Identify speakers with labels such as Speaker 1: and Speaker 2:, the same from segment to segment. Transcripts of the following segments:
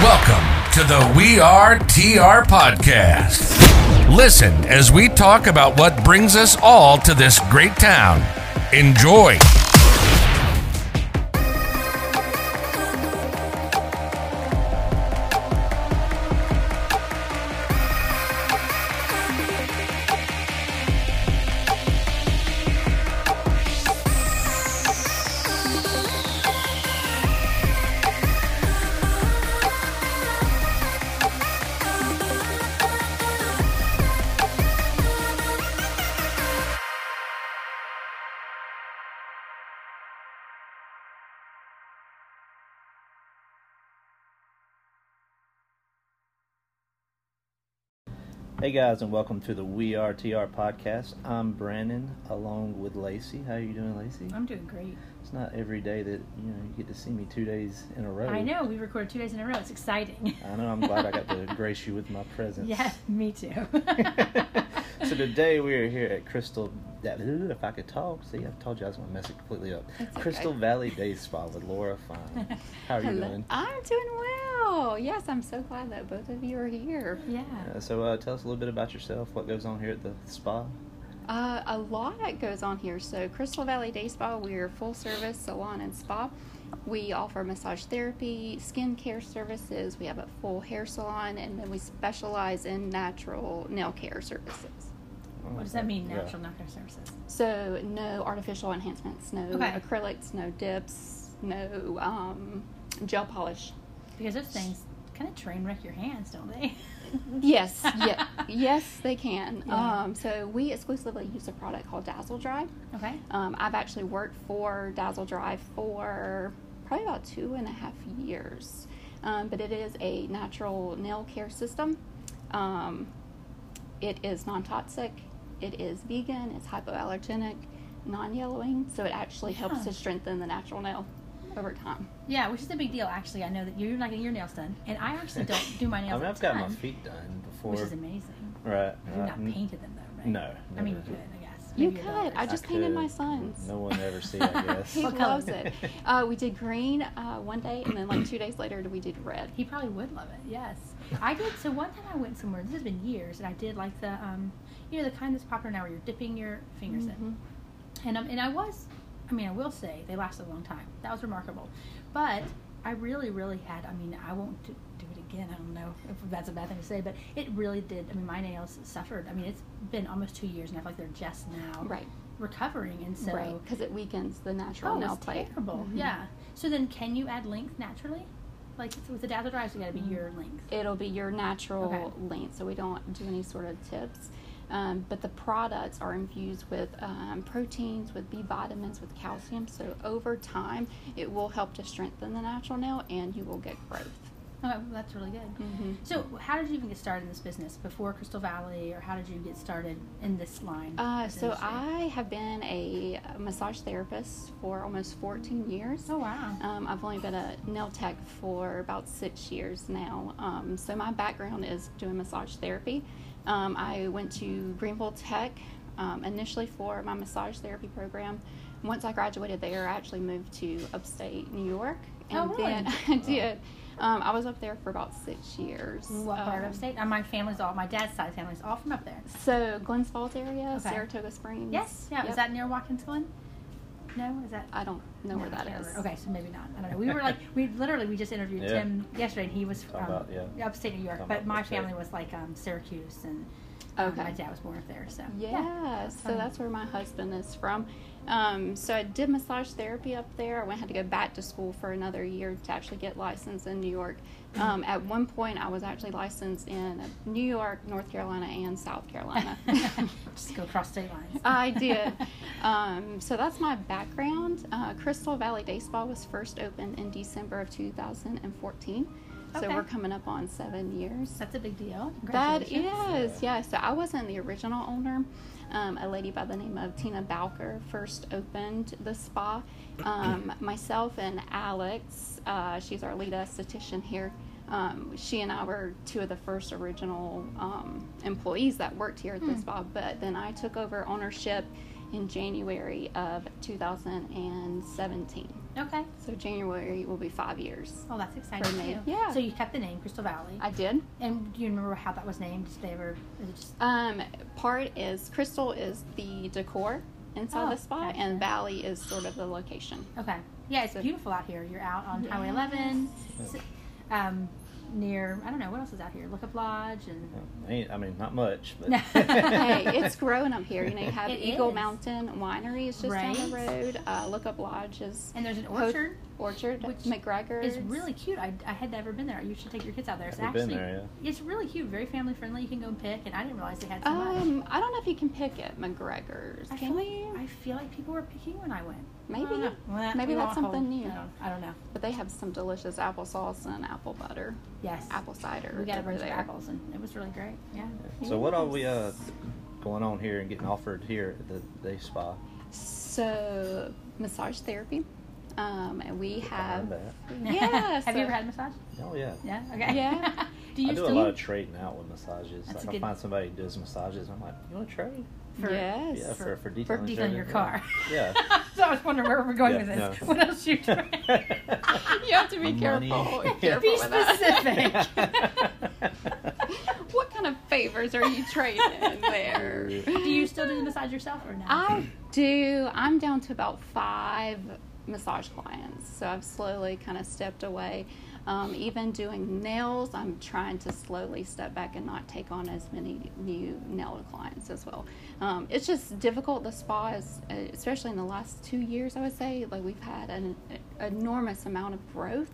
Speaker 1: Welcome to the We Are TR podcast. Listen as we talk about what brings us all to this great town. Enjoy.
Speaker 2: Hey guys, and welcome to the We Are TR podcast. I'm Brandon, along with Lacey. How you doing, Lacey?
Speaker 3: I'm doing great.
Speaker 2: It's not every day that you know you get to see me two days in a row.
Speaker 3: I know we recorded two days in a row. It's exciting.
Speaker 2: I know. I'm glad I got to grace you with my presence.
Speaker 3: Yeah, me too.
Speaker 2: so today we are here at Crystal. That ooh, if I could talk, see, I told you I was gonna mess it completely up.
Speaker 3: That's okay.
Speaker 2: Crystal Valley Day Spa with Laura Fine. How are you
Speaker 4: Hello.
Speaker 2: doing?
Speaker 4: I'm doing well. Yes, I'm so glad that both of you are here.
Speaker 3: yeah.
Speaker 2: Uh, so uh, tell us a little bit about yourself. What goes on here at the spa?
Speaker 4: Uh, a lot goes on here. So, Crystal Valley Day Spa, we're full service salon and spa. We offer massage therapy, skin care services. We have a full hair salon, and then we specialize in natural nail care services.
Speaker 3: What does that mean?
Speaker 2: Yeah.
Speaker 3: Natural knocker services.
Speaker 4: So, no artificial enhancements, no
Speaker 3: Okay.
Speaker 4: acrylics, no dips, no um, gel polish.
Speaker 3: Because those things kind of train wreck your hands, don't they?
Speaker 4: Yes, ye- yes, they can.
Speaker 3: Yeah.
Speaker 4: Um, so, we exclusively use a product called Dazzle Dry.
Speaker 3: Okay.
Speaker 4: Um, I've actually worked for Dazzle Drive for probably about two and a half years, um, but it is a natural nail care system. Um, it is non toxic, it is vegan, it's hypoallergenic, non yellowing, so it actually helps
Speaker 3: Huh.
Speaker 4: to strengthen the natural nail over time.
Speaker 3: Yeah, which is a big deal, actually. I know that you're not getting your nails done, and I actually don't do my nails.
Speaker 2: I mean,
Speaker 3: a
Speaker 2: I've got my
Speaker 3: ton,
Speaker 2: feet done before.
Speaker 3: Which is amazing.
Speaker 2: Right.
Speaker 3: You've
Speaker 2: right. Mm.
Speaker 3: not painted them though, right?
Speaker 2: No,
Speaker 3: I mean, you
Speaker 2: never.
Speaker 3: could, I guess.
Speaker 4: You
Speaker 3: Maybe your
Speaker 4: could.
Speaker 3: daughters.
Speaker 4: I just painted
Speaker 2: could. Mm,
Speaker 4: my son's.
Speaker 2: No one ever see, I guess.
Speaker 4: he
Speaker 3: What color?
Speaker 4: loves it. Uh, we did green uh, one day, and then like two days later, we did red.
Speaker 3: He probably would love it. Yes, I did. So one time I went somewhere. This has been years, and I did like the, um, you know, the kind that's popular now where you're dipping your fingers
Speaker 4: Mhm.
Speaker 3: in. And um, and I was, I mean, I will say they lasted a long time. That was remarkable, but I really, really had. I mean, I won't do, do it again. I don't know if that's a bad thing to say, but it really did. I mean, my nails suffered. I mean, it's been almost two years, and I feel like they're just now
Speaker 4: Right,
Speaker 3: recovering. And so,
Speaker 4: right, because it weakens the natural
Speaker 3: oh,
Speaker 4: nail
Speaker 3: it's
Speaker 4: plate.
Speaker 3: terrible.
Speaker 4: Mhm.
Speaker 3: Yeah. So then, can you add length naturally? Like with the dazzle dries, you got to
Speaker 4: Mm-hmm.
Speaker 3: be your length.
Speaker 4: it'll be your natural
Speaker 3: Okay.
Speaker 4: length so we don't do any sort of tips um, but the products are infused with um, proteins with b vitamins with calcium so over time it will help to strengthen the natural nail and you will get growth
Speaker 3: Okay, Oh, well, that's really good.
Speaker 4: Mhm.
Speaker 3: So, how did you even get started in this business before Crystal Valley, or how did you get started in this line?
Speaker 4: uh,
Speaker 3: this
Speaker 4: so
Speaker 3: industry?
Speaker 4: i have been a massage therapist for almost 14 years
Speaker 3: Oh wow.
Speaker 4: Um, I've only been a nail tech for about six years now. Um, so my background is doing massage therapy. Um, I went to Greenville Tech um, initially for my massage therapy program. Once I graduated there, I actually moved to upstate New York, and
Speaker 3: Oh, really?
Speaker 4: then I did. Um, I was up there for about six years.
Speaker 3: What part
Speaker 4: Um,
Speaker 3: of state? Uh, my family's all my dad's side family's all from up there.
Speaker 4: So Glens Falls area,
Speaker 3: Okay.
Speaker 4: Saratoga Springs.
Speaker 3: Yes. Yeah. Is
Speaker 4: Yep.
Speaker 3: that near Watkins Glen? No. Is that?
Speaker 4: I don't know where
Speaker 3: No, I
Speaker 4: that
Speaker 3: can't
Speaker 4: is.
Speaker 3: remember. Okay, so maybe not. I don't know. We were like, we literally we just interviewed
Speaker 2: Yeah.
Speaker 3: Tim yesterday, and he was
Speaker 2: Talking
Speaker 3: from
Speaker 2: about- yeah.
Speaker 3: upstate New York.
Speaker 2: Talking
Speaker 3: But
Speaker 2: about
Speaker 3: my
Speaker 2: upstate.
Speaker 3: family was like um, Syracuse, and um,
Speaker 4: Okay.
Speaker 3: my dad was born up there. So
Speaker 4: Yeah, so
Speaker 3: fun.
Speaker 4: that's where my husband is from. Um, so I did massage therapy up there. I went, had to go back to school for another year to actually get licensed in New York. Um, at one point, I was actually licensed in New York, North Carolina, and South Carolina.
Speaker 3: just go across state lines.
Speaker 4: I did. Um, so that's my background. Uh, Crystal Valley Day Spa was first opened in December of 2014. So
Speaker 3: Okay.
Speaker 4: we're coming up on seven years.
Speaker 3: That's a big deal.
Speaker 4: That
Speaker 3: Congratulations.
Speaker 4: is, yeah. So I wasn't the original owner. Um, a lady by the name of Tina Bowker first opened the spa. Um, myself and Alex, uh, she's our lead esthetician here. Um, she and I were two of the first original um, employees that worked here at the spa, but then I took over ownership in January of 2017.
Speaker 3: Okay.
Speaker 4: So January will be five years.
Speaker 3: Oh, that's exciting
Speaker 4: me,
Speaker 3: too.
Speaker 4: yeah.
Speaker 3: So you kept the name Crystal Valley,
Speaker 4: I did.
Speaker 3: and do you remember how that was named? Did they ever? Is it just
Speaker 4: Um, part is crystal is the decor inside
Speaker 3: Oh,
Speaker 4: the spa,
Speaker 3: gotcha.
Speaker 4: and valley is sort of the location.
Speaker 3: okay? Yeah, it's
Speaker 4: So-
Speaker 3: beautiful out here. You're out on Highway 11, s- um, near I don't know what else is out here. Lookup Lodge and
Speaker 2: Ain't- I mean, not much, but
Speaker 4: hey, it's growing up here. You know, you have
Speaker 3: It
Speaker 4: Eagle
Speaker 3: is.
Speaker 4: Mountain Winery is just down the
Speaker 3: Right.
Speaker 4: road. Uh, Lookup Lodge is
Speaker 3: and there's an
Speaker 4: Ho-
Speaker 3: orchard.
Speaker 4: orchard,
Speaker 3: which
Speaker 4: McGregor
Speaker 3: It's really cute. I, I had never been there. You should take your kids out there. It's
Speaker 2: Never been
Speaker 3: actually
Speaker 2: there,
Speaker 3: it's really cute, very family friendly. You can go and pick, and I didn't realize they had so much.
Speaker 4: Um, I don't know if you can pick it, McGregor's.
Speaker 3: I feel,
Speaker 4: Can
Speaker 3: like,
Speaker 4: we?
Speaker 3: I feel like people were picking when I went.
Speaker 4: Maybe.
Speaker 3: I don't know. Well,
Speaker 4: Maybe
Speaker 3: we
Speaker 4: that's
Speaker 3: won't
Speaker 4: something
Speaker 3: hold-
Speaker 4: new.
Speaker 3: I don't, I don't know.
Speaker 4: But they have some delicious applesauce and apple butter,
Speaker 3: Yes.
Speaker 4: apple cider
Speaker 3: We got a
Speaker 4: over
Speaker 3: bunch
Speaker 4: there.
Speaker 3: of apples, and it was really great. Yeah.
Speaker 2: so what are we uh,
Speaker 4: Yes.
Speaker 2: going on here and getting offered here at the day spa?
Speaker 4: So massage therapy. Um, and we have.
Speaker 2: Behind that.
Speaker 4: Yeah.
Speaker 3: Have you ever
Speaker 4: so-
Speaker 3: had a massage?
Speaker 2: Oh yeah.
Speaker 3: Yeah. Okay.
Speaker 4: Yeah.
Speaker 3: do you
Speaker 2: I do
Speaker 3: still
Speaker 2: a lot of trading out with massages.
Speaker 3: That's a
Speaker 2: like I
Speaker 3: good-
Speaker 2: find somebody who does massages, and I'm like, you want to trade?
Speaker 3: for-
Speaker 4: yes.
Speaker 2: Yeah, for for
Speaker 3: for
Speaker 2: detailing,
Speaker 3: detailing your car?
Speaker 2: Yeah.
Speaker 3: so I was wondering where we're going
Speaker 2: Yeah,
Speaker 3: with this.
Speaker 2: no.
Speaker 3: What else you doing?
Speaker 4: You have to be
Speaker 2: Money.
Speaker 4: careful.
Speaker 2: Yeah.
Speaker 4: careful
Speaker 3: Be
Speaker 4: with that.
Speaker 3: specific.
Speaker 4: what kind of favors are you trading there?
Speaker 3: do you still do the massage yourself or no?
Speaker 4: I do. I'm down to about five massage clients, so I've slowly kind of stepped away. Um, even doing nails, I'm trying to slowly step back and not take on as many new nail clients as well. Um, it's just difficult. The spa is, uh, especially in the last two years, I would say, like we've had an enormous amount of growth.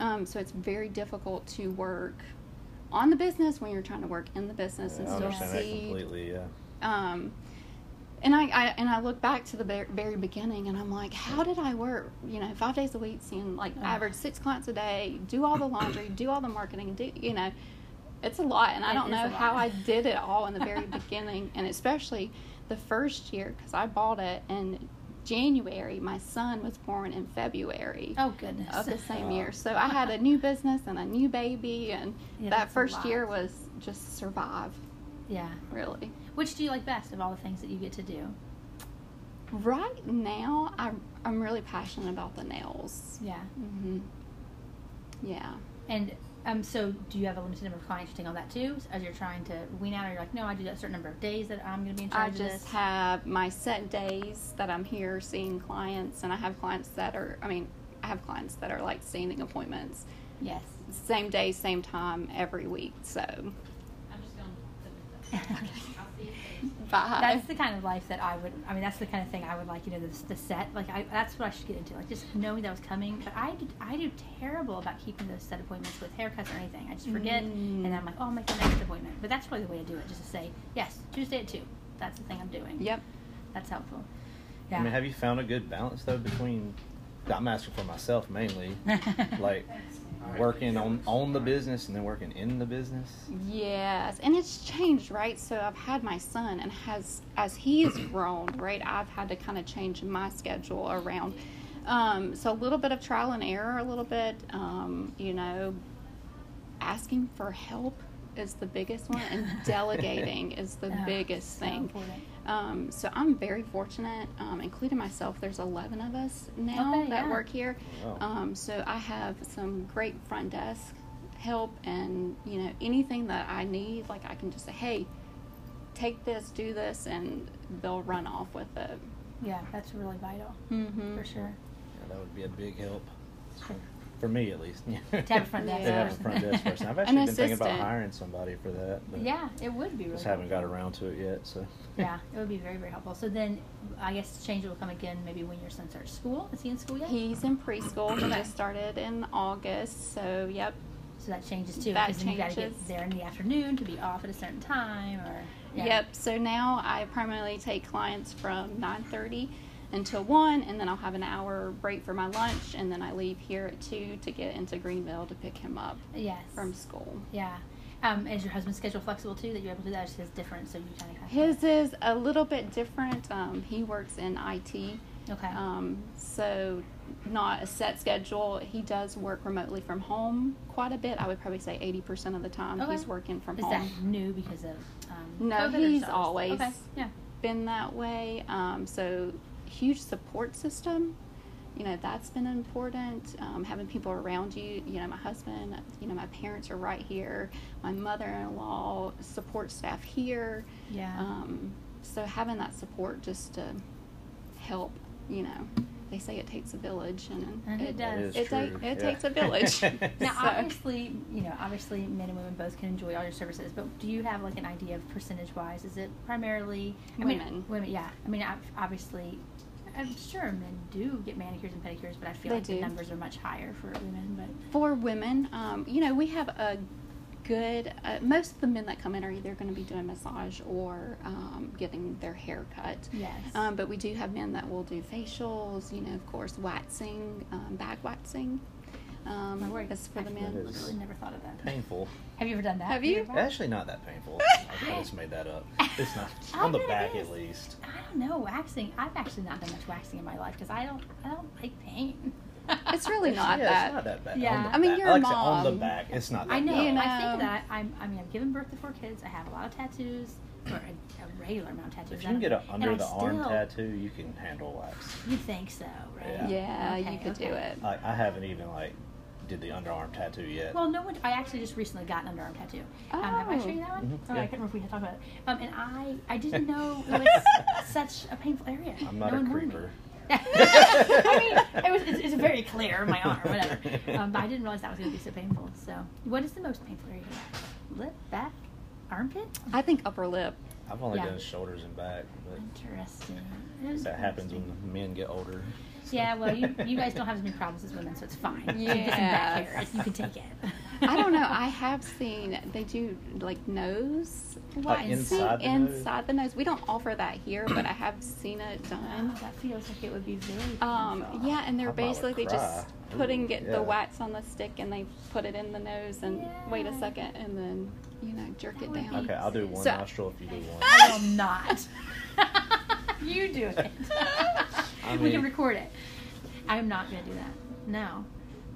Speaker 4: Um, so it's very difficult to work on the business when you're trying to work in the business
Speaker 2: I
Speaker 4: and still
Speaker 2: understand that
Speaker 4: see
Speaker 2: completely. Yeah.
Speaker 4: um, and I, I and I look back to the ver- very beginning, and I'm like, how did I work? You know, five days a week, seeing like average six clients a day, do all the laundry, do all the marketing, do you know, it's a lot, and I
Speaker 3: It is a
Speaker 4: don't know how
Speaker 3: lot.
Speaker 4: I did it all in the very beginning, and especially the first year because I bought it in January. My son was born in February
Speaker 3: oh goodness.
Speaker 4: of the same year. So I had a new business and a new baby, and
Speaker 3: Yeah,
Speaker 4: that
Speaker 3: that's a
Speaker 4: first
Speaker 3: lot.
Speaker 4: year was just survive,
Speaker 3: Yeah.
Speaker 4: really.
Speaker 3: Which do you like best of all the things that you get to do?
Speaker 4: Right now, I'm, I'm really passionate about the nails.
Speaker 3: Yeah.
Speaker 4: hmm Yeah.
Speaker 3: And um, so do you have a limited number of clients you take on that too? As you're trying to wean out, or you're like, no, I do that certain number of days that I'm going to be in charge
Speaker 4: I
Speaker 3: of this.
Speaker 4: just have my set days that I'm here seeing clients, and I have clients that are, I mean, I have clients that are like standing appointments,
Speaker 3: yes.
Speaker 4: same day, same time, every week. So
Speaker 5: I'm just going to. I'll see you later.
Speaker 4: bye.
Speaker 3: that's the kind of life that I would. I mean, that's the kind of thing I would like. You know, the, the set. Like, I, that's what I should get into. Like, just knowing that was coming. But I, did, I do terrible about keeping those set appointments with haircuts or anything. I just forget, and
Speaker 4: Mm.
Speaker 3: then I'm like, oh, I'll make the next appointment. But that's probably the way to do it. Just to say, yes, Tuesday at two. That's the thing I'm doing.
Speaker 4: yep.
Speaker 3: That's helpful. Yeah.
Speaker 2: I mean, have you found a good balance though between? I'm asking for myself mainly, like working on on the business and then working in the business.
Speaker 3: Mm-hmm.
Speaker 4: Yes, and it's changed, right? So I've had my son, and has as he's grown, right? I've had to kind of change my schedule around. Um, so a little bit of trial and error, a little bit, um, you know, asking for help is the biggest one, and delegating is the
Speaker 3: Oh,
Speaker 4: biggest
Speaker 3: so
Speaker 4: thing.
Speaker 3: important.
Speaker 4: Um, so I'm very fortunate, um, including myself. There's 11 of us now
Speaker 3: Okay,
Speaker 4: that
Speaker 3: Oh, yeah.
Speaker 4: work here.
Speaker 2: Wow.
Speaker 4: Um, so I have some great front desk help, and you know anything that I need, like I can just say, "Hey, take this, do this," and they'll run off with it.
Speaker 3: Yeah, that's really vital
Speaker 4: Mm-hmm.
Speaker 3: for sure.
Speaker 2: Yeah, that would be a big help for me at least.
Speaker 3: To have a front desk
Speaker 2: To have a
Speaker 3: person.
Speaker 2: front desk person. I've
Speaker 4: An
Speaker 2: actually been thinking about
Speaker 4: assistant.
Speaker 2: hiring somebody for that. But
Speaker 3: Yeah, it would be really.
Speaker 2: Just haven't got
Speaker 3: helpful.
Speaker 2: around to it yet. So.
Speaker 3: Yeah, it would be very very helpful. So then, I guess change will come again maybe when your son starts school. Is he in school yet?
Speaker 4: He's in preschool. He
Speaker 3: Okay.
Speaker 4: just started in August. So yep,
Speaker 3: So that changes too.
Speaker 4: That
Speaker 3: because then you gotta
Speaker 4: changes.
Speaker 3: get there in the afternoon to be off at a certain time or yeah.
Speaker 4: Yep. So now I primarily take clients from 9:30 until 1 and then I'll have an hour break for my lunch and then I leave here at 2 to get into Greenville to pick him up
Speaker 3: Yes.
Speaker 4: from school.
Speaker 3: yeah. Um, is your husband's schedule flexible too? That you're able to do that? Or is his different? So you kind of
Speaker 4: His is a little bit different. Um, he works in IT.
Speaker 3: Okay.
Speaker 4: Um, so not a set schedule. He does work remotely from home quite a bit. I would probably say 80% of the time
Speaker 3: Okay.
Speaker 4: he's working from
Speaker 3: is
Speaker 4: home.
Speaker 3: that new because of? Um,
Speaker 4: No,
Speaker 3: COVID or
Speaker 4: he's
Speaker 3: something?
Speaker 4: always-
Speaker 3: Okay. Yeah.
Speaker 4: been that way. Um, so huge support system. you know that's been important um, having people around you you know my husband you know my parents are right here my mother-in-law support staff here
Speaker 3: Yeah.
Speaker 4: um, so having that support just to help you know they say it takes a village and,
Speaker 3: And it
Speaker 2: That
Speaker 3: does.
Speaker 2: is
Speaker 4: it, ta-
Speaker 2: true.
Speaker 4: it
Speaker 2: Yeah.
Speaker 4: takes a village
Speaker 3: Now,
Speaker 4: So-
Speaker 3: obviously, you know, obviously, men and women both can enjoy all your services. But do you have like an idea of percentage-wise? Is it primarily I Mean,
Speaker 4: Women.
Speaker 3: women, yeah. I mean, ob- obviously, I'm sure men do get manicures and pedicures, but I feel
Speaker 4: They
Speaker 3: like the
Speaker 4: do.
Speaker 3: numbers are much higher for women. But
Speaker 4: for women, um, you know, we have a good. Uh, most of the men that come in are either going to be doing massage or um, getting their hair cut.
Speaker 3: Yes.
Speaker 4: Um, but we do have men that will do facials. You know, of course, waxing, um, back waxing.
Speaker 3: my
Speaker 4: Um,
Speaker 3: word,
Speaker 4: is for the
Speaker 3: I
Speaker 4: men.
Speaker 2: That
Speaker 3: Really
Speaker 2: is-
Speaker 3: never thought of that.
Speaker 2: Painful.
Speaker 3: Have you ever done that?
Speaker 4: Have you?
Speaker 3: Peter Bob?
Speaker 2: Actually, not that painful. I think I just made that up. It's not
Speaker 3: I
Speaker 2: on the
Speaker 3: bet it
Speaker 2: back
Speaker 3: is.
Speaker 2: at least.
Speaker 3: I don't know waxing. I've actually not done much waxing in my life because I don't. I don't like pain.
Speaker 4: It's really not
Speaker 2: yeah,
Speaker 4: that.
Speaker 2: it's not that bad.
Speaker 3: Yeah.
Speaker 2: On the
Speaker 3: I
Speaker 4: mean,
Speaker 2: back-
Speaker 4: you're a
Speaker 2: like I said, on the
Speaker 4: mom.
Speaker 2: back. It's not. That
Speaker 3: I know.
Speaker 2: bad.
Speaker 4: You know.
Speaker 3: I think that I'm. I mean, I've given birth to four kids. I have a lot of tattoos, or a, a regular amount of tattoos.
Speaker 2: If
Speaker 3: I
Speaker 2: you can
Speaker 3: don't-
Speaker 2: get an
Speaker 3: and I
Speaker 2: under the arm
Speaker 3: still-
Speaker 2: tattoo, you can handle wax.
Speaker 3: You think so, right?
Speaker 2: Yeah.
Speaker 4: yeah,
Speaker 3: Okay,
Speaker 4: you could do
Speaker 3: okay.
Speaker 4: it.
Speaker 2: Like I haven't even like did the underarm tattoo yet.
Speaker 3: Well, no one. I actually just recently got an underarm tattoo. Um, have I
Speaker 4: Oh.
Speaker 3: shown you that one?
Speaker 2: Mhm,
Speaker 3: Oh, I
Speaker 2: yeah.
Speaker 3: can't remember if we had talked about it. Um, and I, I didn't know it was such a painful area.
Speaker 2: I'm not
Speaker 3: no
Speaker 2: a
Speaker 3: one warned me.
Speaker 2: creeper.
Speaker 3: I mean, it was, it's, it's very clear, my arm, whatever. Um, but I didn't realize that was going to be so painful. So, what is the most painful area? Lip, back, armpit?
Speaker 4: I think upper lip.
Speaker 2: I've only
Speaker 3: Yeah.
Speaker 2: done shoulders and back, but
Speaker 3: Interesting. It was
Speaker 2: that happens
Speaker 3: interesting.
Speaker 2: when men get older.
Speaker 3: Yeah, well, you, you guys don't have as many problems as women, so it's fine. You can get some back hair.
Speaker 4: Yes.
Speaker 3: You can take it.
Speaker 4: I don't know. I have seen they do like nose waxing
Speaker 2: Uh, inside the nose?
Speaker 4: inside the nose. We don't offer that here, but I have seen it done.
Speaker 3: Oh, that feels like it would be very.
Speaker 4: Um,
Speaker 3: painful.
Speaker 4: yeah, and they're
Speaker 2: I might would
Speaker 4: basically
Speaker 2: cry.
Speaker 4: just putting
Speaker 2: Ooh,
Speaker 4: it,
Speaker 2: yeah.
Speaker 4: the wax on the stick and they put it in the nose and wait a
Speaker 3: Yeah.
Speaker 4: second and then, you know, jerk
Speaker 3: That
Speaker 4: it
Speaker 3: would
Speaker 4: down.
Speaker 3: be-
Speaker 2: Okay, I'll do one
Speaker 4: So-
Speaker 2: nostril if you do one.
Speaker 3: I will not. you do it.
Speaker 2: I
Speaker 3: we can
Speaker 2: mean-
Speaker 3: record it. I'm not gonna do that. No,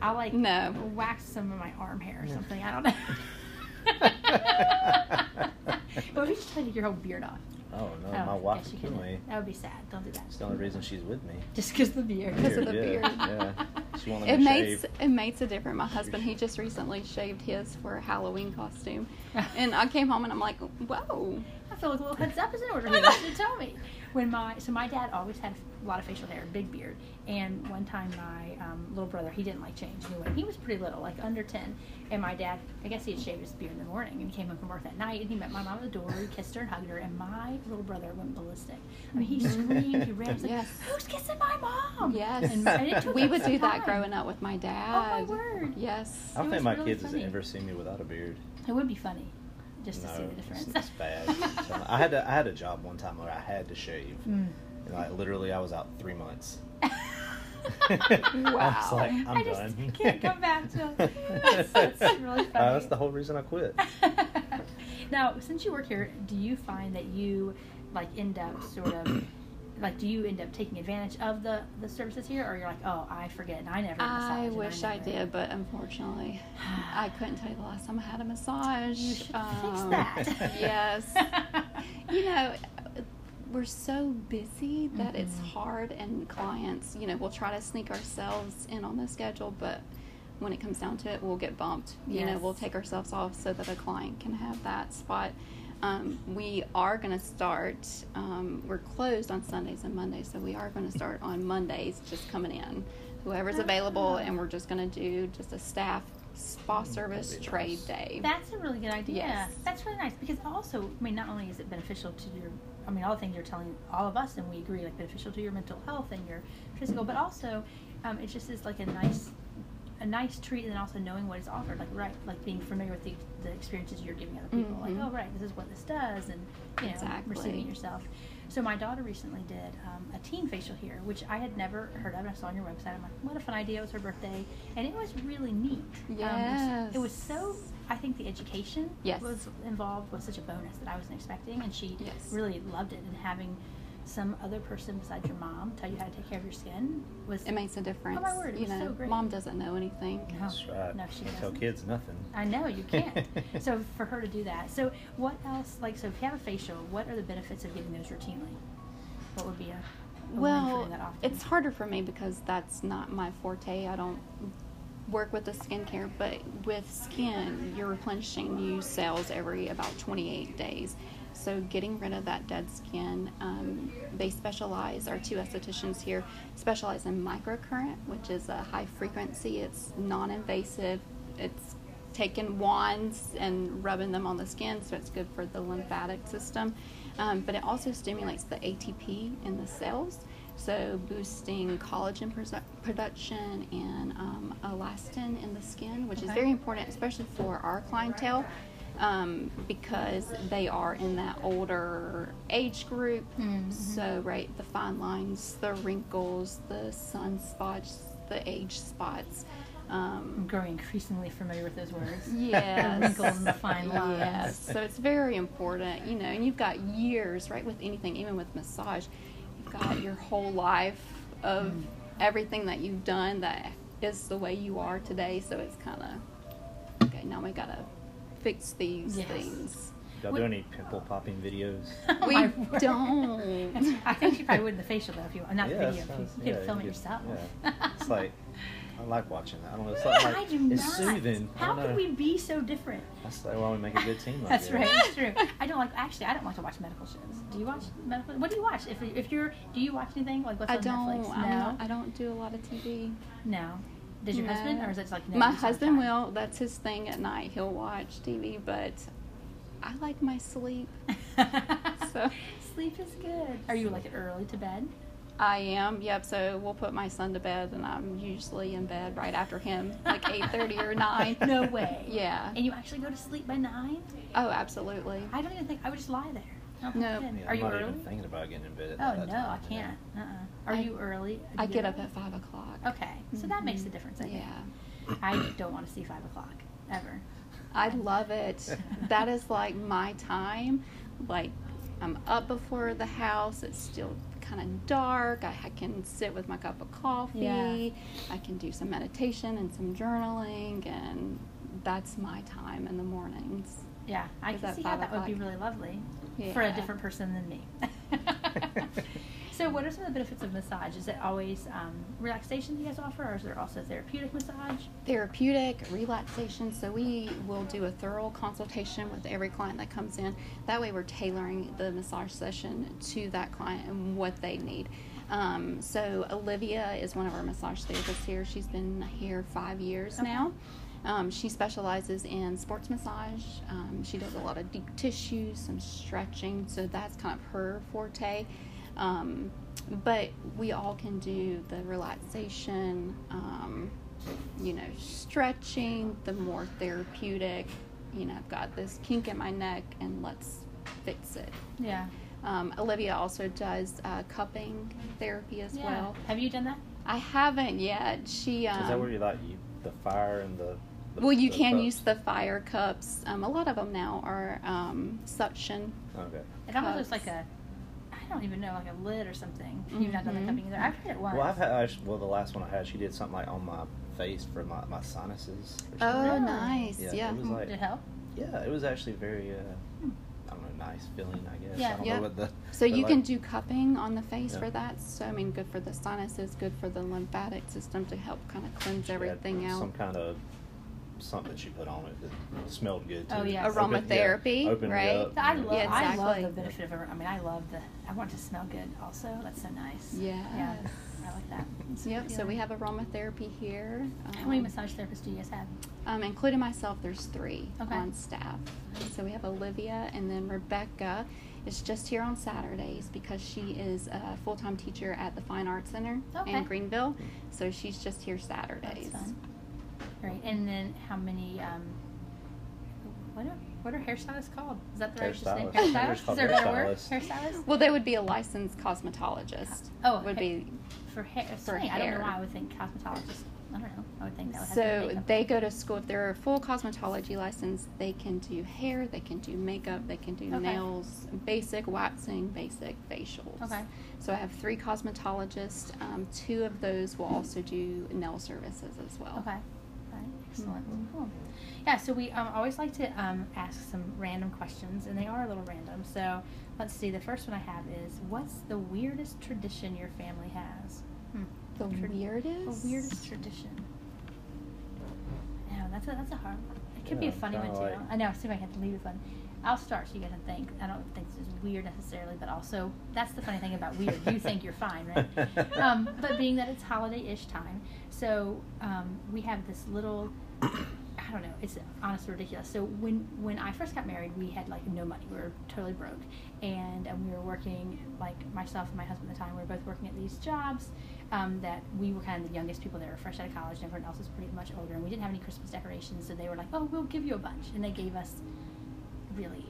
Speaker 3: I'll like
Speaker 4: No.
Speaker 3: wax some of my arm hair or something. I don't know. but we just try to get your whole beard off.
Speaker 2: Oh no,
Speaker 3: Oh,
Speaker 2: my
Speaker 3: yes,
Speaker 2: wife
Speaker 3: you
Speaker 2: would
Speaker 3: could
Speaker 2: kill
Speaker 3: do-
Speaker 2: me.
Speaker 3: That would be sad. Don't do that.
Speaker 2: It's the only reason she's with me.
Speaker 3: Just because the beard.
Speaker 4: Because of the beard.
Speaker 2: Yeah, yeah. She wanted
Speaker 4: It
Speaker 2: me to
Speaker 4: makes
Speaker 2: shave.
Speaker 4: it makes a difference. My husband he
Speaker 2: shave.
Speaker 4: just recently shaved his for a Halloween costume, and I came home and I'm like, whoa,
Speaker 3: I feel like a little heads up is in order. here. You should tell me. When my so my dad always had a lot of facial hair, big beard, and one time my um, little brother he didn't like change anyway. He was pretty little, like under ten, and my dad I guess he had shaved his beard in the morning and he came home from work that night and he met my mom at the door, he kissed her and hugged her, and my little brother went ballistic. I mean he screamed, he ran, he was like,
Speaker 4: Yes.
Speaker 3: "Who's kissing my mom?"
Speaker 4: yes.
Speaker 3: and, and it took
Speaker 4: we
Speaker 3: him
Speaker 4: would do
Speaker 3: some
Speaker 4: that
Speaker 3: time.
Speaker 4: growing up with my
Speaker 3: Oh my
Speaker 4: dad.
Speaker 3: word!
Speaker 4: Yes.
Speaker 2: I don't
Speaker 3: It was
Speaker 2: think my
Speaker 3: really
Speaker 2: kids
Speaker 3: funny.
Speaker 2: has ever seen me without a beard.
Speaker 3: It would be funny, just to see
Speaker 2: no, it's,
Speaker 3: the difference.
Speaker 2: it's bad. So, I had to, I had a job one time where I had to shave.
Speaker 3: Mm.
Speaker 2: And like literally, I was out three months. I was like, I'm
Speaker 3: I
Speaker 2: done.
Speaker 3: just can't come back to it. That's, that's really funny.
Speaker 2: Uh, that's the whole reason I quit.
Speaker 3: now, since you work here, do you find that you like end up sort of like do you end up taking advantage of the the services here, or you're like, oh, I forget and I never. had massage
Speaker 4: I
Speaker 3: and
Speaker 4: wish I
Speaker 3: never-"
Speaker 4: did, but unfortunately, I couldn't tell you the last time I had a massage.
Speaker 3: You should
Speaker 4: Um,
Speaker 3: fix that.
Speaker 4: yes. you know, we're so busy that it's
Speaker 3: Mm-hmm.
Speaker 4: hard, and clients, you know, we'll try to sneak ourselves in on the schedule, but when it comes down to it, we'll get bumped. You know,
Speaker 3: Yes.
Speaker 4: we'll take ourselves off so that a client can have that spot. Um, we are going to start, um, we're closed on Sundays and Mondays, so we are going to start on Mondays just coming in. Whoever's available, and we're just going to do just a staff spa service
Speaker 2: nice.
Speaker 4: trade day.
Speaker 3: That's a really good idea.
Speaker 4: Yes.
Speaker 3: That's really nice because also, I mean, not only is it beneficial to your, I mean, all the things you're telling all of us, and we agree, like beneficial to your mental health and your physical, but also, um, it just is like a nice, a nice treat, and then also knowing what is offered, like right, like being familiar with the, the experiences you're giving other people, like
Speaker 4: Mhm.
Speaker 3: oh right, this is what this does, and you know, receiving
Speaker 4: Exactly.
Speaker 3: yourself. So my daughter recently did um, a teen facial here, which I had never heard of. and I saw on your website. I'm like, what a fun idea! It was her birthday, and it was really neat. Um, it was- it was so
Speaker 4: Yes.
Speaker 3: I think the education
Speaker 4: Yes.
Speaker 3: was involved was such a bonus that I wasn't expecting, and she
Speaker 4: Yes.
Speaker 3: really loved it. And having some other person besides your mom tell you how to take care of your skin was
Speaker 4: It makes a difference.
Speaker 3: Oh, my word, it
Speaker 4: you
Speaker 3: was
Speaker 4: know,
Speaker 3: so great.
Speaker 4: mom doesn't know anything.
Speaker 3: no,
Speaker 2: That's right.
Speaker 3: Oh, no, she
Speaker 2: Can't tell
Speaker 3: doesn't.
Speaker 2: kids nothing.
Speaker 3: I know you can't. so for her to do that, so what else? Like, so if you have a facial, what are the benefits of getting those routinely? What would be a a woman for
Speaker 4: Well,
Speaker 3: doing that often.
Speaker 4: it's harder for me because that's not my forte. I don't work with the skincare, but with skin, you're replenishing new cells every about 28 days. So, getting rid of that dead skin, um, they specialize, our two estheticians here specialize in microcurrent, which is a high frequency, it's non invasive, it's taking wands and rubbing them on the skin, so it's good for the lymphatic system. Um, but it also stimulates the ATP in the cells, so boosting collagen pres- production and um, elastin in the skin, which is
Speaker 3: Okay.
Speaker 4: very important, especially for our clientele. Um, because they are in that older age group, so right, the fine lines, the wrinkles, the sunspots, the age spots, um,
Speaker 3: I'm growing increasingly familiar with those words.
Speaker 4: Yes.
Speaker 3: The wrinkles and the fine lines.
Speaker 4: Yes. So it's very important, you know, and you've got years, right, with anything, even with massage, you've got your whole life of
Speaker 3: Mm-hmm.
Speaker 4: everything that you've done that is the way you are today. So it's kind of, okay, now we got to fix these
Speaker 3: Yes.
Speaker 4: things.
Speaker 2: Y'all do any pimple popping videos?
Speaker 3: Oh
Speaker 4: we
Speaker 3: my word.
Speaker 4: don't.
Speaker 3: I think she probably would in the facial though, if you not the
Speaker 2: that
Speaker 3: video, if you
Speaker 2: sounds-
Speaker 3: could
Speaker 2: yeah,
Speaker 3: film it
Speaker 2: could-
Speaker 3: yourself.
Speaker 2: yeah. It's like I like watching that. I don't know. It's like,
Speaker 3: I do
Speaker 2: it's
Speaker 3: not.
Speaker 2: soothing. I
Speaker 3: How
Speaker 2: don't know.
Speaker 3: could we be so different?
Speaker 2: That's like why we make a good team. Like
Speaker 3: That's
Speaker 2: that.
Speaker 3: right. That's true. I don't like. Actually, I don't like to watch medical shows. Do you watch medical? What do you watch? If, if you're, do you watch anything like what's
Speaker 4: I
Speaker 3: on
Speaker 4: don't.
Speaker 3: Netflix?
Speaker 4: I'm
Speaker 3: no.
Speaker 4: not- I don't do a lot of TV.
Speaker 3: no. Does your
Speaker 4: No.
Speaker 3: husband, or is it just like no?
Speaker 4: my
Speaker 3: you just don't
Speaker 4: husband
Speaker 3: have
Speaker 4: will. That's his thing at night. He'll watch TV, but I like my sleep.
Speaker 3: time?
Speaker 4: So-
Speaker 3: Sleep is good. Are you like early to bed?
Speaker 4: I am. Yep. So we'll put my son to bed, and I'm usually in bed right after him, like eight thirty or nine.
Speaker 3: No way.
Speaker 4: Yeah.
Speaker 3: And you actually go to sleep by nine?
Speaker 4: Oh, absolutely.
Speaker 3: I don't even think I would just lie there. I don't think
Speaker 4: No.
Speaker 3: I could.
Speaker 2: Yeah,
Speaker 3: Are
Speaker 2: I'm
Speaker 3: you
Speaker 2: not
Speaker 3: early?
Speaker 2: even thinking about getting in bed at
Speaker 3: Oh
Speaker 2: that
Speaker 3: no, I
Speaker 2: time, you know.
Speaker 3: can't. Uh-uh. Are
Speaker 4: I-
Speaker 3: you early? Do
Speaker 4: I
Speaker 3: you
Speaker 4: get up at five o'clock. Mm-hmm.
Speaker 3: Okay, so that makes a difference. I think.
Speaker 4: Yeah.
Speaker 3: I don't want to see five o'clock ever.
Speaker 4: I love it. that is like my time. Like I'm up before the house. It's still kind of dark. I, I can sit with my cup of coffee.
Speaker 3: Yeah.
Speaker 4: I can do some meditation and some journaling, and that's my time in the mornings.
Speaker 3: Yeah, I
Speaker 4: Is
Speaker 3: can
Speaker 4: that
Speaker 3: see how
Speaker 4: five
Speaker 3: that would be
Speaker 4: o'clock?
Speaker 3: really lovely for a
Speaker 4: Yeah.
Speaker 3: different person than me. so, what are some of the benefits of massage? Is it always um, relaxation that you guys offer, or is there also therapeutic massage?
Speaker 4: therapeutic relaxation so we will do a thorough consultation with every client that comes in that way we're tailoring the massage session to that client and what they need um, so olivia is one of our massage therapists here she's been here five years now um, she specializes in sports massage. Um, she does a lot of deep tissues, some stretching, so that's kind of her forte. Um, but we all can do the relaxation, um, you know, stretching, the more therapeutic, you know, I've got this kink in my neck and let's fix it.
Speaker 3: Yeah.
Speaker 4: Um, Olivia also does uh, cupping therapy as
Speaker 3: yeah.
Speaker 4: well.
Speaker 3: have you done that?
Speaker 4: I haven't yet. She um,
Speaker 2: Is that where you like you the fire and the? the
Speaker 4: Well, you
Speaker 2: the
Speaker 4: can
Speaker 2: cups?
Speaker 4: use the fire cups. Um, a lot of them now are um, suction.
Speaker 2: Okay.
Speaker 3: It almost looks like
Speaker 4: Cups.
Speaker 3: a, I don't even know, like a lid or something. You've not done the
Speaker 4: Mhm.
Speaker 3: cupping either. I've tried it once.
Speaker 2: Well, I've had I, sh- well the last one I had, she did something like on my face for my, my sinuses. or something.
Speaker 4: Oh,
Speaker 3: Yeah.
Speaker 4: nice.
Speaker 2: Yeah,
Speaker 4: Yeah.
Speaker 2: it was like-
Speaker 3: Hmm. Did it help? Hmm.
Speaker 2: Yeah, it was actually very. Uh, I don't know, nice feeling. I guess.
Speaker 3: Yeah.
Speaker 2: I don't
Speaker 4: Hmm. Yeah.
Speaker 2: know what the.
Speaker 4: so
Speaker 2: the
Speaker 4: you can
Speaker 2: like-
Speaker 4: do cupping on the face
Speaker 2: Yeah.
Speaker 4: for that. So I mean, good for the sinuses, good for the lymphatic system to help kind of cleanse
Speaker 2: she had
Speaker 4: everything out.
Speaker 2: Some kind of something she put on it that smelled good. Too.
Speaker 3: Oh, yeah.
Speaker 2: Opened- yeah,
Speaker 4: Aromatherapy,
Speaker 2: opened me
Speaker 4: right?
Speaker 2: up.
Speaker 3: I love,
Speaker 4: Yeah,
Speaker 3: I love
Speaker 4: exactly.
Speaker 3: the benefit of. aroma. I mean, I love the. I want it to smell good. Also, that's so nice. Yeah,
Speaker 4: Yes.
Speaker 3: I like that. It's a
Speaker 4: Yep.
Speaker 3: good
Speaker 4: So we
Speaker 3: feeling.
Speaker 4: have aromatherapy here. Um,
Speaker 3: How many massage therapists do you guys have?
Speaker 4: Um, including myself, there's three
Speaker 3: Okay.
Speaker 4: on staff. So we have Olivia and then Rebecca is just here on Saturdays because she is a full time teacher at the Fine Arts Center
Speaker 3: Okay.
Speaker 4: in Greenville. So she's just here
Speaker 3: That's
Speaker 4: Saturdays.
Speaker 3: fun. Right, and then how many? Um, what are what are hairstylists called? Is that the right just name?
Speaker 2: Hairstylist. They're just
Speaker 3: Hairstylist. Is
Speaker 2: called
Speaker 3: there a better word?
Speaker 2: hairstylist.
Speaker 3: Hairstylist
Speaker 4: Well, they would be a licensed cosmetologist.
Speaker 3: Oh,
Speaker 4: would
Speaker 3: okay.
Speaker 4: be
Speaker 3: for hair. it's
Speaker 4: for
Speaker 3: funny, I don't know
Speaker 4: hair.
Speaker 3: why I would think cosmetologist. I don't know. I would think that would have to be
Speaker 4: so
Speaker 3: makeup.
Speaker 4: they go to school. If they're a full cosmetology license, they can do hair, they can do makeup, they can do
Speaker 3: Okay.
Speaker 4: nails, basic waxing, basic facials.
Speaker 3: Okay.
Speaker 4: So I have three cosmetologists. Um, two of those will also do nail services as well. Mm-hmm.
Speaker 3: Okay. Right. Excellent. Well, cool. Yeah, so we um, always like to um, ask some random questions, and they are a little random. So let's see. The first one I have is What's the weirdest tradition your family has? Hmm.
Speaker 4: The
Speaker 3: Trad-
Speaker 4: weirdest?
Speaker 3: The weirdest tradition. Yeah, that's a, that's a hard one. It could be a
Speaker 2: Yeah,
Speaker 3: funny one,
Speaker 2: kinda
Speaker 3: too.
Speaker 2: like-
Speaker 3: I know. I see if I can leave with one. I'll start so you guys can think. I don't think this is weird necessarily, but also that's the funny thing about weird. You think you're fine, right? Um, but being that it's holiday-ish time, so um, we have this little. I don't know. It's honestly ridiculous. So when when I first got married, we had like no money. We were totally broke, and um, we were working like myself and my husband at the time. We were both working at these jobs um, that we were kind of the youngest people that were fresh out of college. And everyone else was pretty much older, and we didn't have any Christmas decorations. So they were like, "Oh, we'll give you a bunch," and they gave us really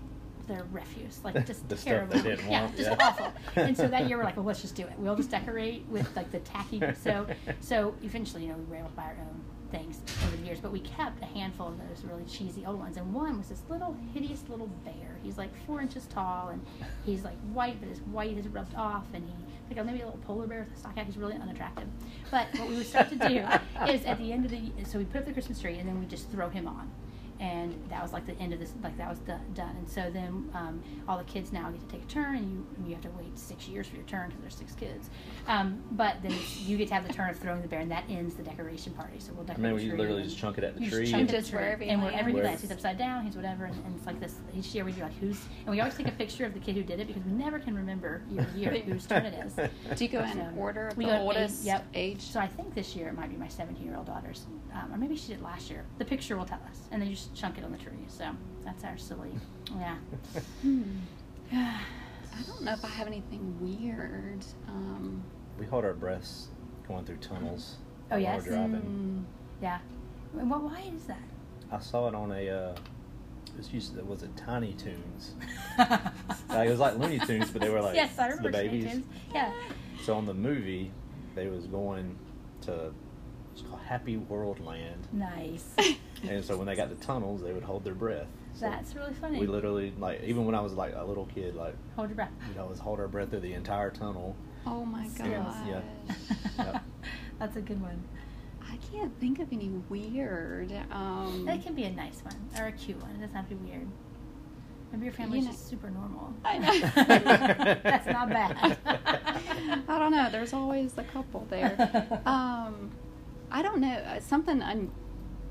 Speaker 3: their refuse, like just
Speaker 2: The stuff
Speaker 3: terrible.
Speaker 2: they didn't
Speaker 3: yeah,
Speaker 2: want,
Speaker 3: just
Speaker 2: yeah.
Speaker 3: awful. And so that year we're like, well, let's just do it. We'll just decorate with like the tacky. So, so eventually, you know, we were able to buy our own things over the years, but we kept a handful of those really cheesy old ones. And one was this little hideous little bear. He's like four inches tall, and he's like white, but his white is rubbed off, and he like a- maybe a little polar bear with a stock hat. He's really unattractive. But what we would start to do is at the end of the so we put up the Christmas tree, and then we just throw him on and that was like the end of this like that was do- done and so then um, all the kids now get to take a turn and you and you have to wait six years for your turn because there's six kids um, but then it's- you get to have the turn of throwing the bear and that ends the decoration party so we'll decorate
Speaker 2: mean,
Speaker 3: the
Speaker 2: we
Speaker 3: tree
Speaker 2: literally
Speaker 3: and-
Speaker 2: just chunk it at the
Speaker 3: you
Speaker 2: tree
Speaker 4: chunk
Speaker 2: and-
Speaker 3: Just chunk it at the
Speaker 4: Just wherever
Speaker 3: tree.
Speaker 4: he
Speaker 3: and
Speaker 4: lands.
Speaker 3: wherever he
Speaker 2: Where-
Speaker 3: lands, he's upside down, he's whatever, and, and it's like this. Each year we do like who's, and we always take a picture of the kid who did it because we never can remember year to year whose turn it is.
Speaker 4: Do you go
Speaker 3: So,
Speaker 4: in order of
Speaker 3: um, we
Speaker 4: the
Speaker 3: go in
Speaker 4: oldest
Speaker 3: age, yep.
Speaker 4: age?
Speaker 3: So I think this year it might be my 17 year old daughter's, um, or maybe she did last year. The picture will tell us, and then you just chunk it on the tree. So that's our silly, yeah.
Speaker 4: Hmm.
Speaker 3: yeah.
Speaker 4: I don't know if I have anything weird. Um,
Speaker 2: we hold our breaths going through tunnels.
Speaker 3: Oh,
Speaker 2: while
Speaker 3: yes?
Speaker 2: We're driving.
Speaker 4: Mm.
Speaker 3: And what? Why is that?
Speaker 2: I saw it on a. Uh, it was used. It was a Tiny Tunes. Like, it was like Looney Tunes, but they were like
Speaker 3: yes, I
Speaker 2: the
Speaker 3: remember Looney
Speaker 2: babies.
Speaker 3: Tunes.
Speaker 4: hmm.
Speaker 3: Yeah.
Speaker 2: So on the movie, they was going to. It's called Happy World Land.
Speaker 3: Nice.
Speaker 2: And so when they got the tunnels, they would hold their breath. So
Speaker 3: That's really funny.
Speaker 2: We literally like even when I was like a little kid, like
Speaker 3: Hold your breath.
Speaker 2: you know, was hold our breath through the entire tunnel.
Speaker 4: oh my gosh.
Speaker 2: Yeah. Yep.
Speaker 3: That's a good one.
Speaker 4: I can't think of any weird. Um,
Speaker 3: That can be a nice one or a cute one. It doesn't have to be weird. Maybe your family's
Speaker 4: know-
Speaker 3: just super normal.
Speaker 4: I know.
Speaker 3: That's not bad.
Speaker 4: I don't know. There's always a couple there. Um, I don't know. uh, Something un-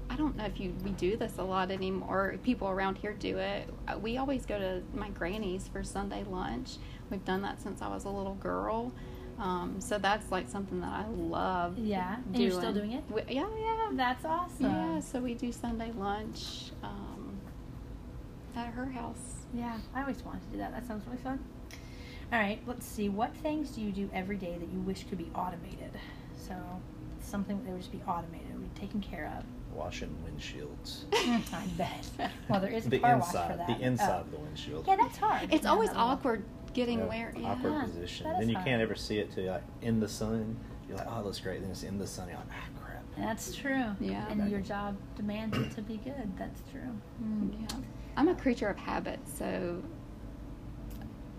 Speaker 4: I don't know if you we do this a lot anymore. or People around here do it. Uh, We always go to my granny's for Sunday lunch. We've done that since I was a little girl. Um, so that's like something that I love.
Speaker 3: Yeah,
Speaker 4: doing.
Speaker 3: and you're still doing it?
Speaker 4: We- yeah, yeah.
Speaker 3: Oh, That's awesome.
Speaker 4: yeah. So we do Sunday lunch um, at her house.
Speaker 3: Yeah, I always wanted to do that. That sounds really fun. All right, let's see. What things do you do every day that you wish could be automated? So, something that would just be automated, would be taken care of.
Speaker 2: Washing windshields.
Speaker 3: I bet. Well, there is a
Speaker 2: the
Speaker 3: car wash
Speaker 2: inside,
Speaker 3: for that.
Speaker 2: the inside
Speaker 3: Oh.
Speaker 2: of the windshield.
Speaker 3: Yeah, that's hard.
Speaker 4: It's
Speaker 3: Yeah,
Speaker 4: always
Speaker 3: that little-
Speaker 4: awkward getting
Speaker 2: Yeah,
Speaker 4: where. Yeah.
Speaker 2: awkward
Speaker 3: Yeah,
Speaker 2: position.
Speaker 3: that is
Speaker 2: Then you
Speaker 3: hard.
Speaker 2: can't ever see it till you're like in the sun. You're like, oh, it looks great. Then it's in the sun. You're like, ah, crap.
Speaker 3: That's true.
Speaker 4: Yeah.
Speaker 3: And your job demands it to be good. That's true. Mm.
Speaker 4: Yeah. I'm a creature of habit, so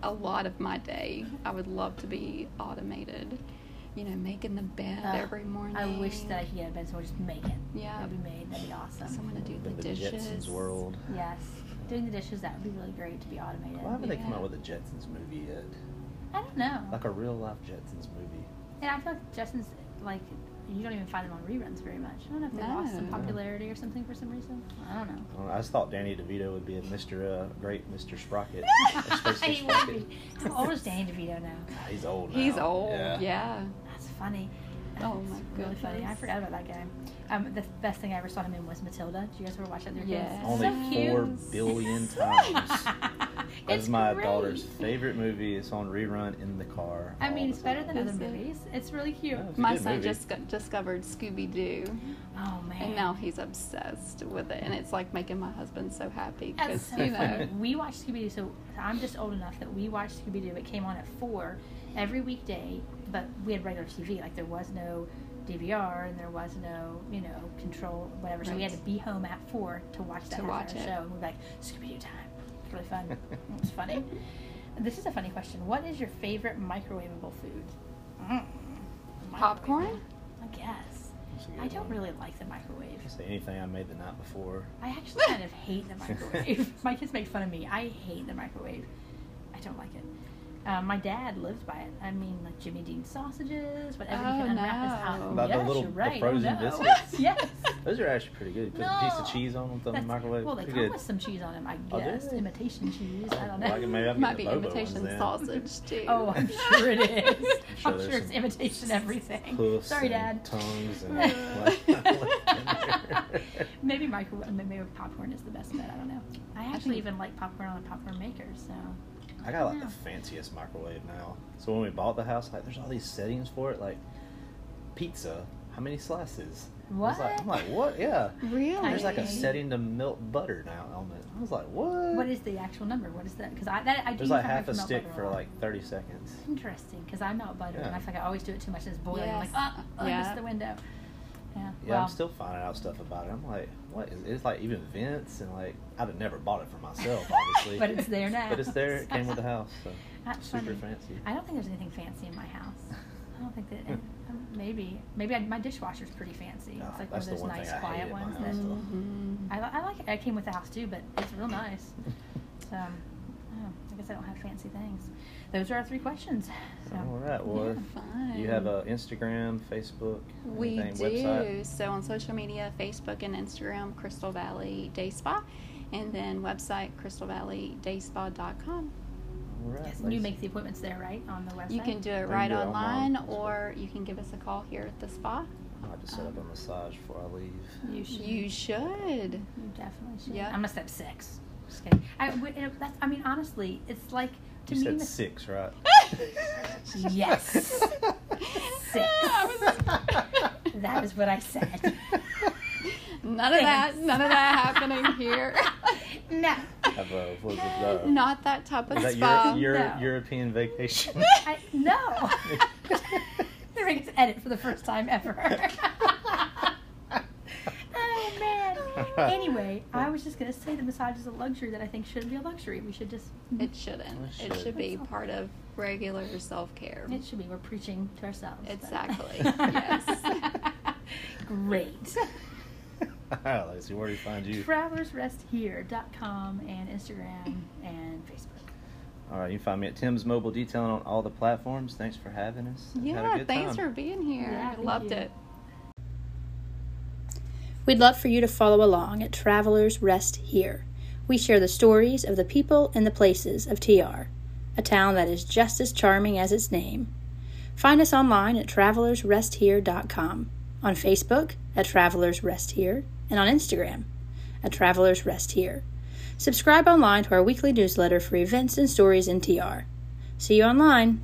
Speaker 4: a lot of my day I would love to be automated. You know, making the bed
Speaker 3: Ugh,
Speaker 4: every morning.
Speaker 3: I wish that I could get a bed so I just make it.
Speaker 4: Yeah.
Speaker 3: That'd be made. That'd be awesome.
Speaker 4: someone to do the,
Speaker 2: In the
Speaker 4: dishes.
Speaker 2: Jetsons world.
Speaker 3: Yes. Doing the dishes, that would be really great to be automated.
Speaker 2: Why haven't they come
Speaker 4: Yeah.
Speaker 2: out with a Jetsons movie yet?
Speaker 3: I don't know.
Speaker 2: Like a real life Jetsons movie.
Speaker 3: And I feel like Justin's, like, you don't even find them on reruns very much. I don't know if they lost some
Speaker 4: No.
Speaker 3: popularity or something for some reason. I don't know.
Speaker 2: I, don't know, I just thought Danny DeVito would be a Mr. Uh, great Mr. Sprocket. Or Space Station
Speaker 3: he would
Speaker 2: Sprocket.
Speaker 3: be. How old is Danny DeVito now?
Speaker 2: He's old. Now.
Speaker 4: He's old. Yeah.
Speaker 3: That's funny.
Speaker 4: Oh
Speaker 3: That's
Speaker 4: my
Speaker 3: Really funny. I
Speaker 4: goodness.
Speaker 3: forgot about that guy. Um, the best thing I ever saw him in was Matilda. Did you guys ever watch that? with your
Speaker 4: Yes.
Speaker 3: kids?
Speaker 2: Only
Speaker 3: so cute.
Speaker 2: four
Speaker 4: Yes.
Speaker 2: billion times.
Speaker 3: It's
Speaker 2: That's my
Speaker 3: great.
Speaker 2: daughter's favorite movie. It's on rerun in the car.
Speaker 3: I
Speaker 2: all
Speaker 3: mean,
Speaker 2: the
Speaker 3: it's better than
Speaker 2: time.
Speaker 3: other
Speaker 4: Is it?
Speaker 3: movies. It's really cute.
Speaker 2: Yeah. It's a
Speaker 4: My
Speaker 2: good
Speaker 4: son
Speaker 2: movie.
Speaker 4: just got, discovered Scooby Doo,
Speaker 3: Oh man.
Speaker 4: and now he's obsessed with it, and it's like making my husband so happy
Speaker 3: That's
Speaker 4: because
Speaker 3: so
Speaker 4: you
Speaker 3: funny.
Speaker 4: know.
Speaker 3: We watched Scooby Doo, so I'm just old enough that we watched Scooby Doo. It came on at four every weekday, but we had regular TV. Like there was no DVR and there was no you know control whatever. So we had
Speaker 4: Right.
Speaker 3: to be home at four to watch that
Speaker 4: To
Speaker 3: after
Speaker 4: watch
Speaker 3: our
Speaker 4: it.
Speaker 3: show. And we'd be like Scooby Doo time. It's really fun. it's funny. This is a funny question. What is your favorite microwavable food? Mm.
Speaker 4: Popcorn?
Speaker 3: Microwavable. I guess.
Speaker 2: That's a good
Speaker 3: I don't
Speaker 2: one.
Speaker 3: really like the microwave.
Speaker 2: Say anything I made the night before.
Speaker 3: I actually kind of hate the microwave. my kids make fun of me. I hate the microwave. I don't like it. Uh, my dad lives by it. I mean, like Jimmy Dean sausages, whatever you
Speaker 4: Oh,
Speaker 3: can unwrap is hot.
Speaker 4: no.
Speaker 2: About the
Speaker 3: yes,
Speaker 2: little-
Speaker 3: you're
Speaker 2: the
Speaker 3: right.
Speaker 2: frozen
Speaker 3: oh, no.
Speaker 2: biscuits?
Speaker 3: yes.
Speaker 2: Those are actually pretty good. You put a piece of
Speaker 3: No.
Speaker 2: cheese on them, throw it in
Speaker 3: That's-
Speaker 2: the microwave.
Speaker 3: Well, they
Speaker 2: pretty
Speaker 3: come
Speaker 2: good.
Speaker 3: with some cheese on them, I
Speaker 2: Oh, do
Speaker 3: guess.
Speaker 2: they?
Speaker 3: Imitation cheese. I don't know.
Speaker 2: Well, I can maybe I'll get
Speaker 4: Might
Speaker 2: the
Speaker 4: be
Speaker 2: boba
Speaker 4: imitation
Speaker 2: ones then.
Speaker 4: sausage too.
Speaker 3: Oh, I'm sure it is.
Speaker 2: I'm sure
Speaker 3: I'm sure,
Speaker 2: there's
Speaker 3: it's
Speaker 2: some
Speaker 3: imitation everything.
Speaker 2: Hoofs
Speaker 3: Sorry,
Speaker 2: and
Speaker 3: Dad.
Speaker 2: Tongues and
Speaker 3: maybe microwave, maybe popcorn is the best bet. I don't know. I actually
Speaker 4: think-
Speaker 3: even like popcorn on the popcorn maker, so
Speaker 2: I got like
Speaker 3: Yeah.
Speaker 2: the fanciest microwave now. So when we bought the house, like there's all these settings for it, like pizza. How many slices? I was like,
Speaker 3: What?
Speaker 2: I'm like, what? Yeah.
Speaker 4: Really?
Speaker 2: There's like a
Speaker 3: Really?
Speaker 2: setting to melt butter now on it. I was like, what?
Speaker 3: what is the actual number? What is that? Because I that I do
Speaker 2: There's like
Speaker 3: find I
Speaker 2: half a
Speaker 3: melt
Speaker 2: stick
Speaker 3: butter
Speaker 2: for
Speaker 3: lot.
Speaker 2: like 30 seconds.
Speaker 3: interesting because I melt butter and
Speaker 2: Yeah.
Speaker 3: I feel like I always do it too much and it's boiling. I'm like,
Speaker 4: Yes.
Speaker 3: oh, oh I
Speaker 4: Yeah.
Speaker 3: missed the window. Yeah.
Speaker 2: Yeah,
Speaker 3: well,
Speaker 2: I'm still finding out stuff about it. I'm like, what is it's like even vents and like I'd have never bought it for myself, obviously.
Speaker 3: But it's there now.
Speaker 2: But it's there. It came with the house, so
Speaker 3: That's
Speaker 2: super
Speaker 3: funny.
Speaker 2: fancy.
Speaker 3: I don't think there's anything fancy in my house. I don't think that. um, Maybe, maybe I, my dishwasher's pretty fancy.
Speaker 2: Ah,
Speaker 3: it's like one
Speaker 2: that's
Speaker 3: of
Speaker 2: the
Speaker 3: those
Speaker 2: one
Speaker 3: nice,
Speaker 2: thing I hate
Speaker 3: quiet
Speaker 2: at my
Speaker 3: ones.
Speaker 2: house,
Speaker 3: That
Speaker 2: though.
Speaker 4: Mhm.
Speaker 3: I, li- I like. It. I came with the house too, but it's real nice. So, um, I guess I don't have fancy things. Those are our three questions. So,
Speaker 2: All right. Well,
Speaker 4: Yeah,
Speaker 2: you have
Speaker 4: fun.
Speaker 2: a Instagram, Facebook,
Speaker 4: We
Speaker 2: anything,
Speaker 4: do.
Speaker 2: website.
Speaker 4: So on social media, Facebook and Instagram, Crystal Valley Day Spa, and then website crystalvalleydayspa.com.
Speaker 2: All right.
Speaker 3: Yes, and you
Speaker 2: ladies.
Speaker 3: make the appointments there, right, on the website.
Speaker 4: You can do
Speaker 2: They
Speaker 4: it
Speaker 2: can
Speaker 4: right
Speaker 2: do it online.
Speaker 4: online, or you can give us a call here at the spa.
Speaker 2: I have to set
Speaker 4: Um,
Speaker 2: up a massage before I leave.
Speaker 3: You should.
Speaker 4: You should.
Speaker 3: You definitely should.
Speaker 4: Yeah.
Speaker 3: I'm gonna step six. Just kidding. I, would- it- that's, I mean, honestly, it's like to
Speaker 2: You
Speaker 3: me.
Speaker 2: said
Speaker 3: mas-
Speaker 2: six, right?
Speaker 3: Yes.
Speaker 4: Ah,
Speaker 3: That is what I said.
Speaker 4: None of that.
Speaker 3: Thanks.
Speaker 4: None of that happening here.
Speaker 3: no.
Speaker 2: Have a what was it? Uh,
Speaker 4: Not that type of
Speaker 2: is that
Speaker 4: spa.
Speaker 2: Euro- Euro-
Speaker 3: No.
Speaker 2: European vacation?
Speaker 3: I, no. They're going to edit for the first time ever. oh, man. Anyway, I was just going to say the massage is a luxury that I think shouldn't be a luxury. We should just.
Speaker 4: It shouldn't.
Speaker 2: It
Speaker 4: It
Speaker 2: should.
Speaker 4: should be part of regular self care.
Speaker 3: It should be. We're preaching to ourselves. but-
Speaker 4: Exactly. Yes.
Speaker 3: Great.
Speaker 2: All right, Lacey, where do we find you?
Speaker 3: TravelersRestHere.com and Instagram and Facebook.
Speaker 2: All right, you can find me at Tim's Mobile Detailing on all the platforms. Thanks for having us. I've had a
Speaker 4: Yeah,
Speaker 2: good
Speaker 4: thanks
Speaker 2: time.
Speaker 4: for being here.
Speaker 3: Yeah,
Speaker 4: I
Speaker 3: thank
Speaker 4: loved
Speaker 3: you.
Speaker 4: it.
Speaker 6: We'd love for you to follow along at Travelers Rest Here. We share the stories of the people and the places of TR, a town that is just as charming as its name. Find us online at travelersresthere.com, on Facebook at Travelers Rest Here, and on Instagram at Travelers Rest Here. Subscribe online to our weekly newsletter for events and stories in TR. See you online.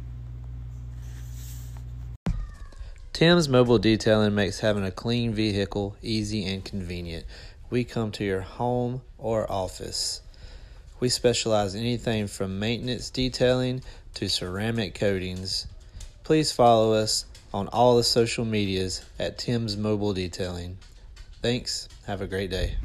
Speaker 7: Tim's Mobile Detailing makes having a clean vehicle easy and convenient. We come to your home or office. We specialize in anything from maintenance detailing to ceramic coatings. Please follow us on all the social medias at Tim's Mobile Detailing. Thanks. Have a great day.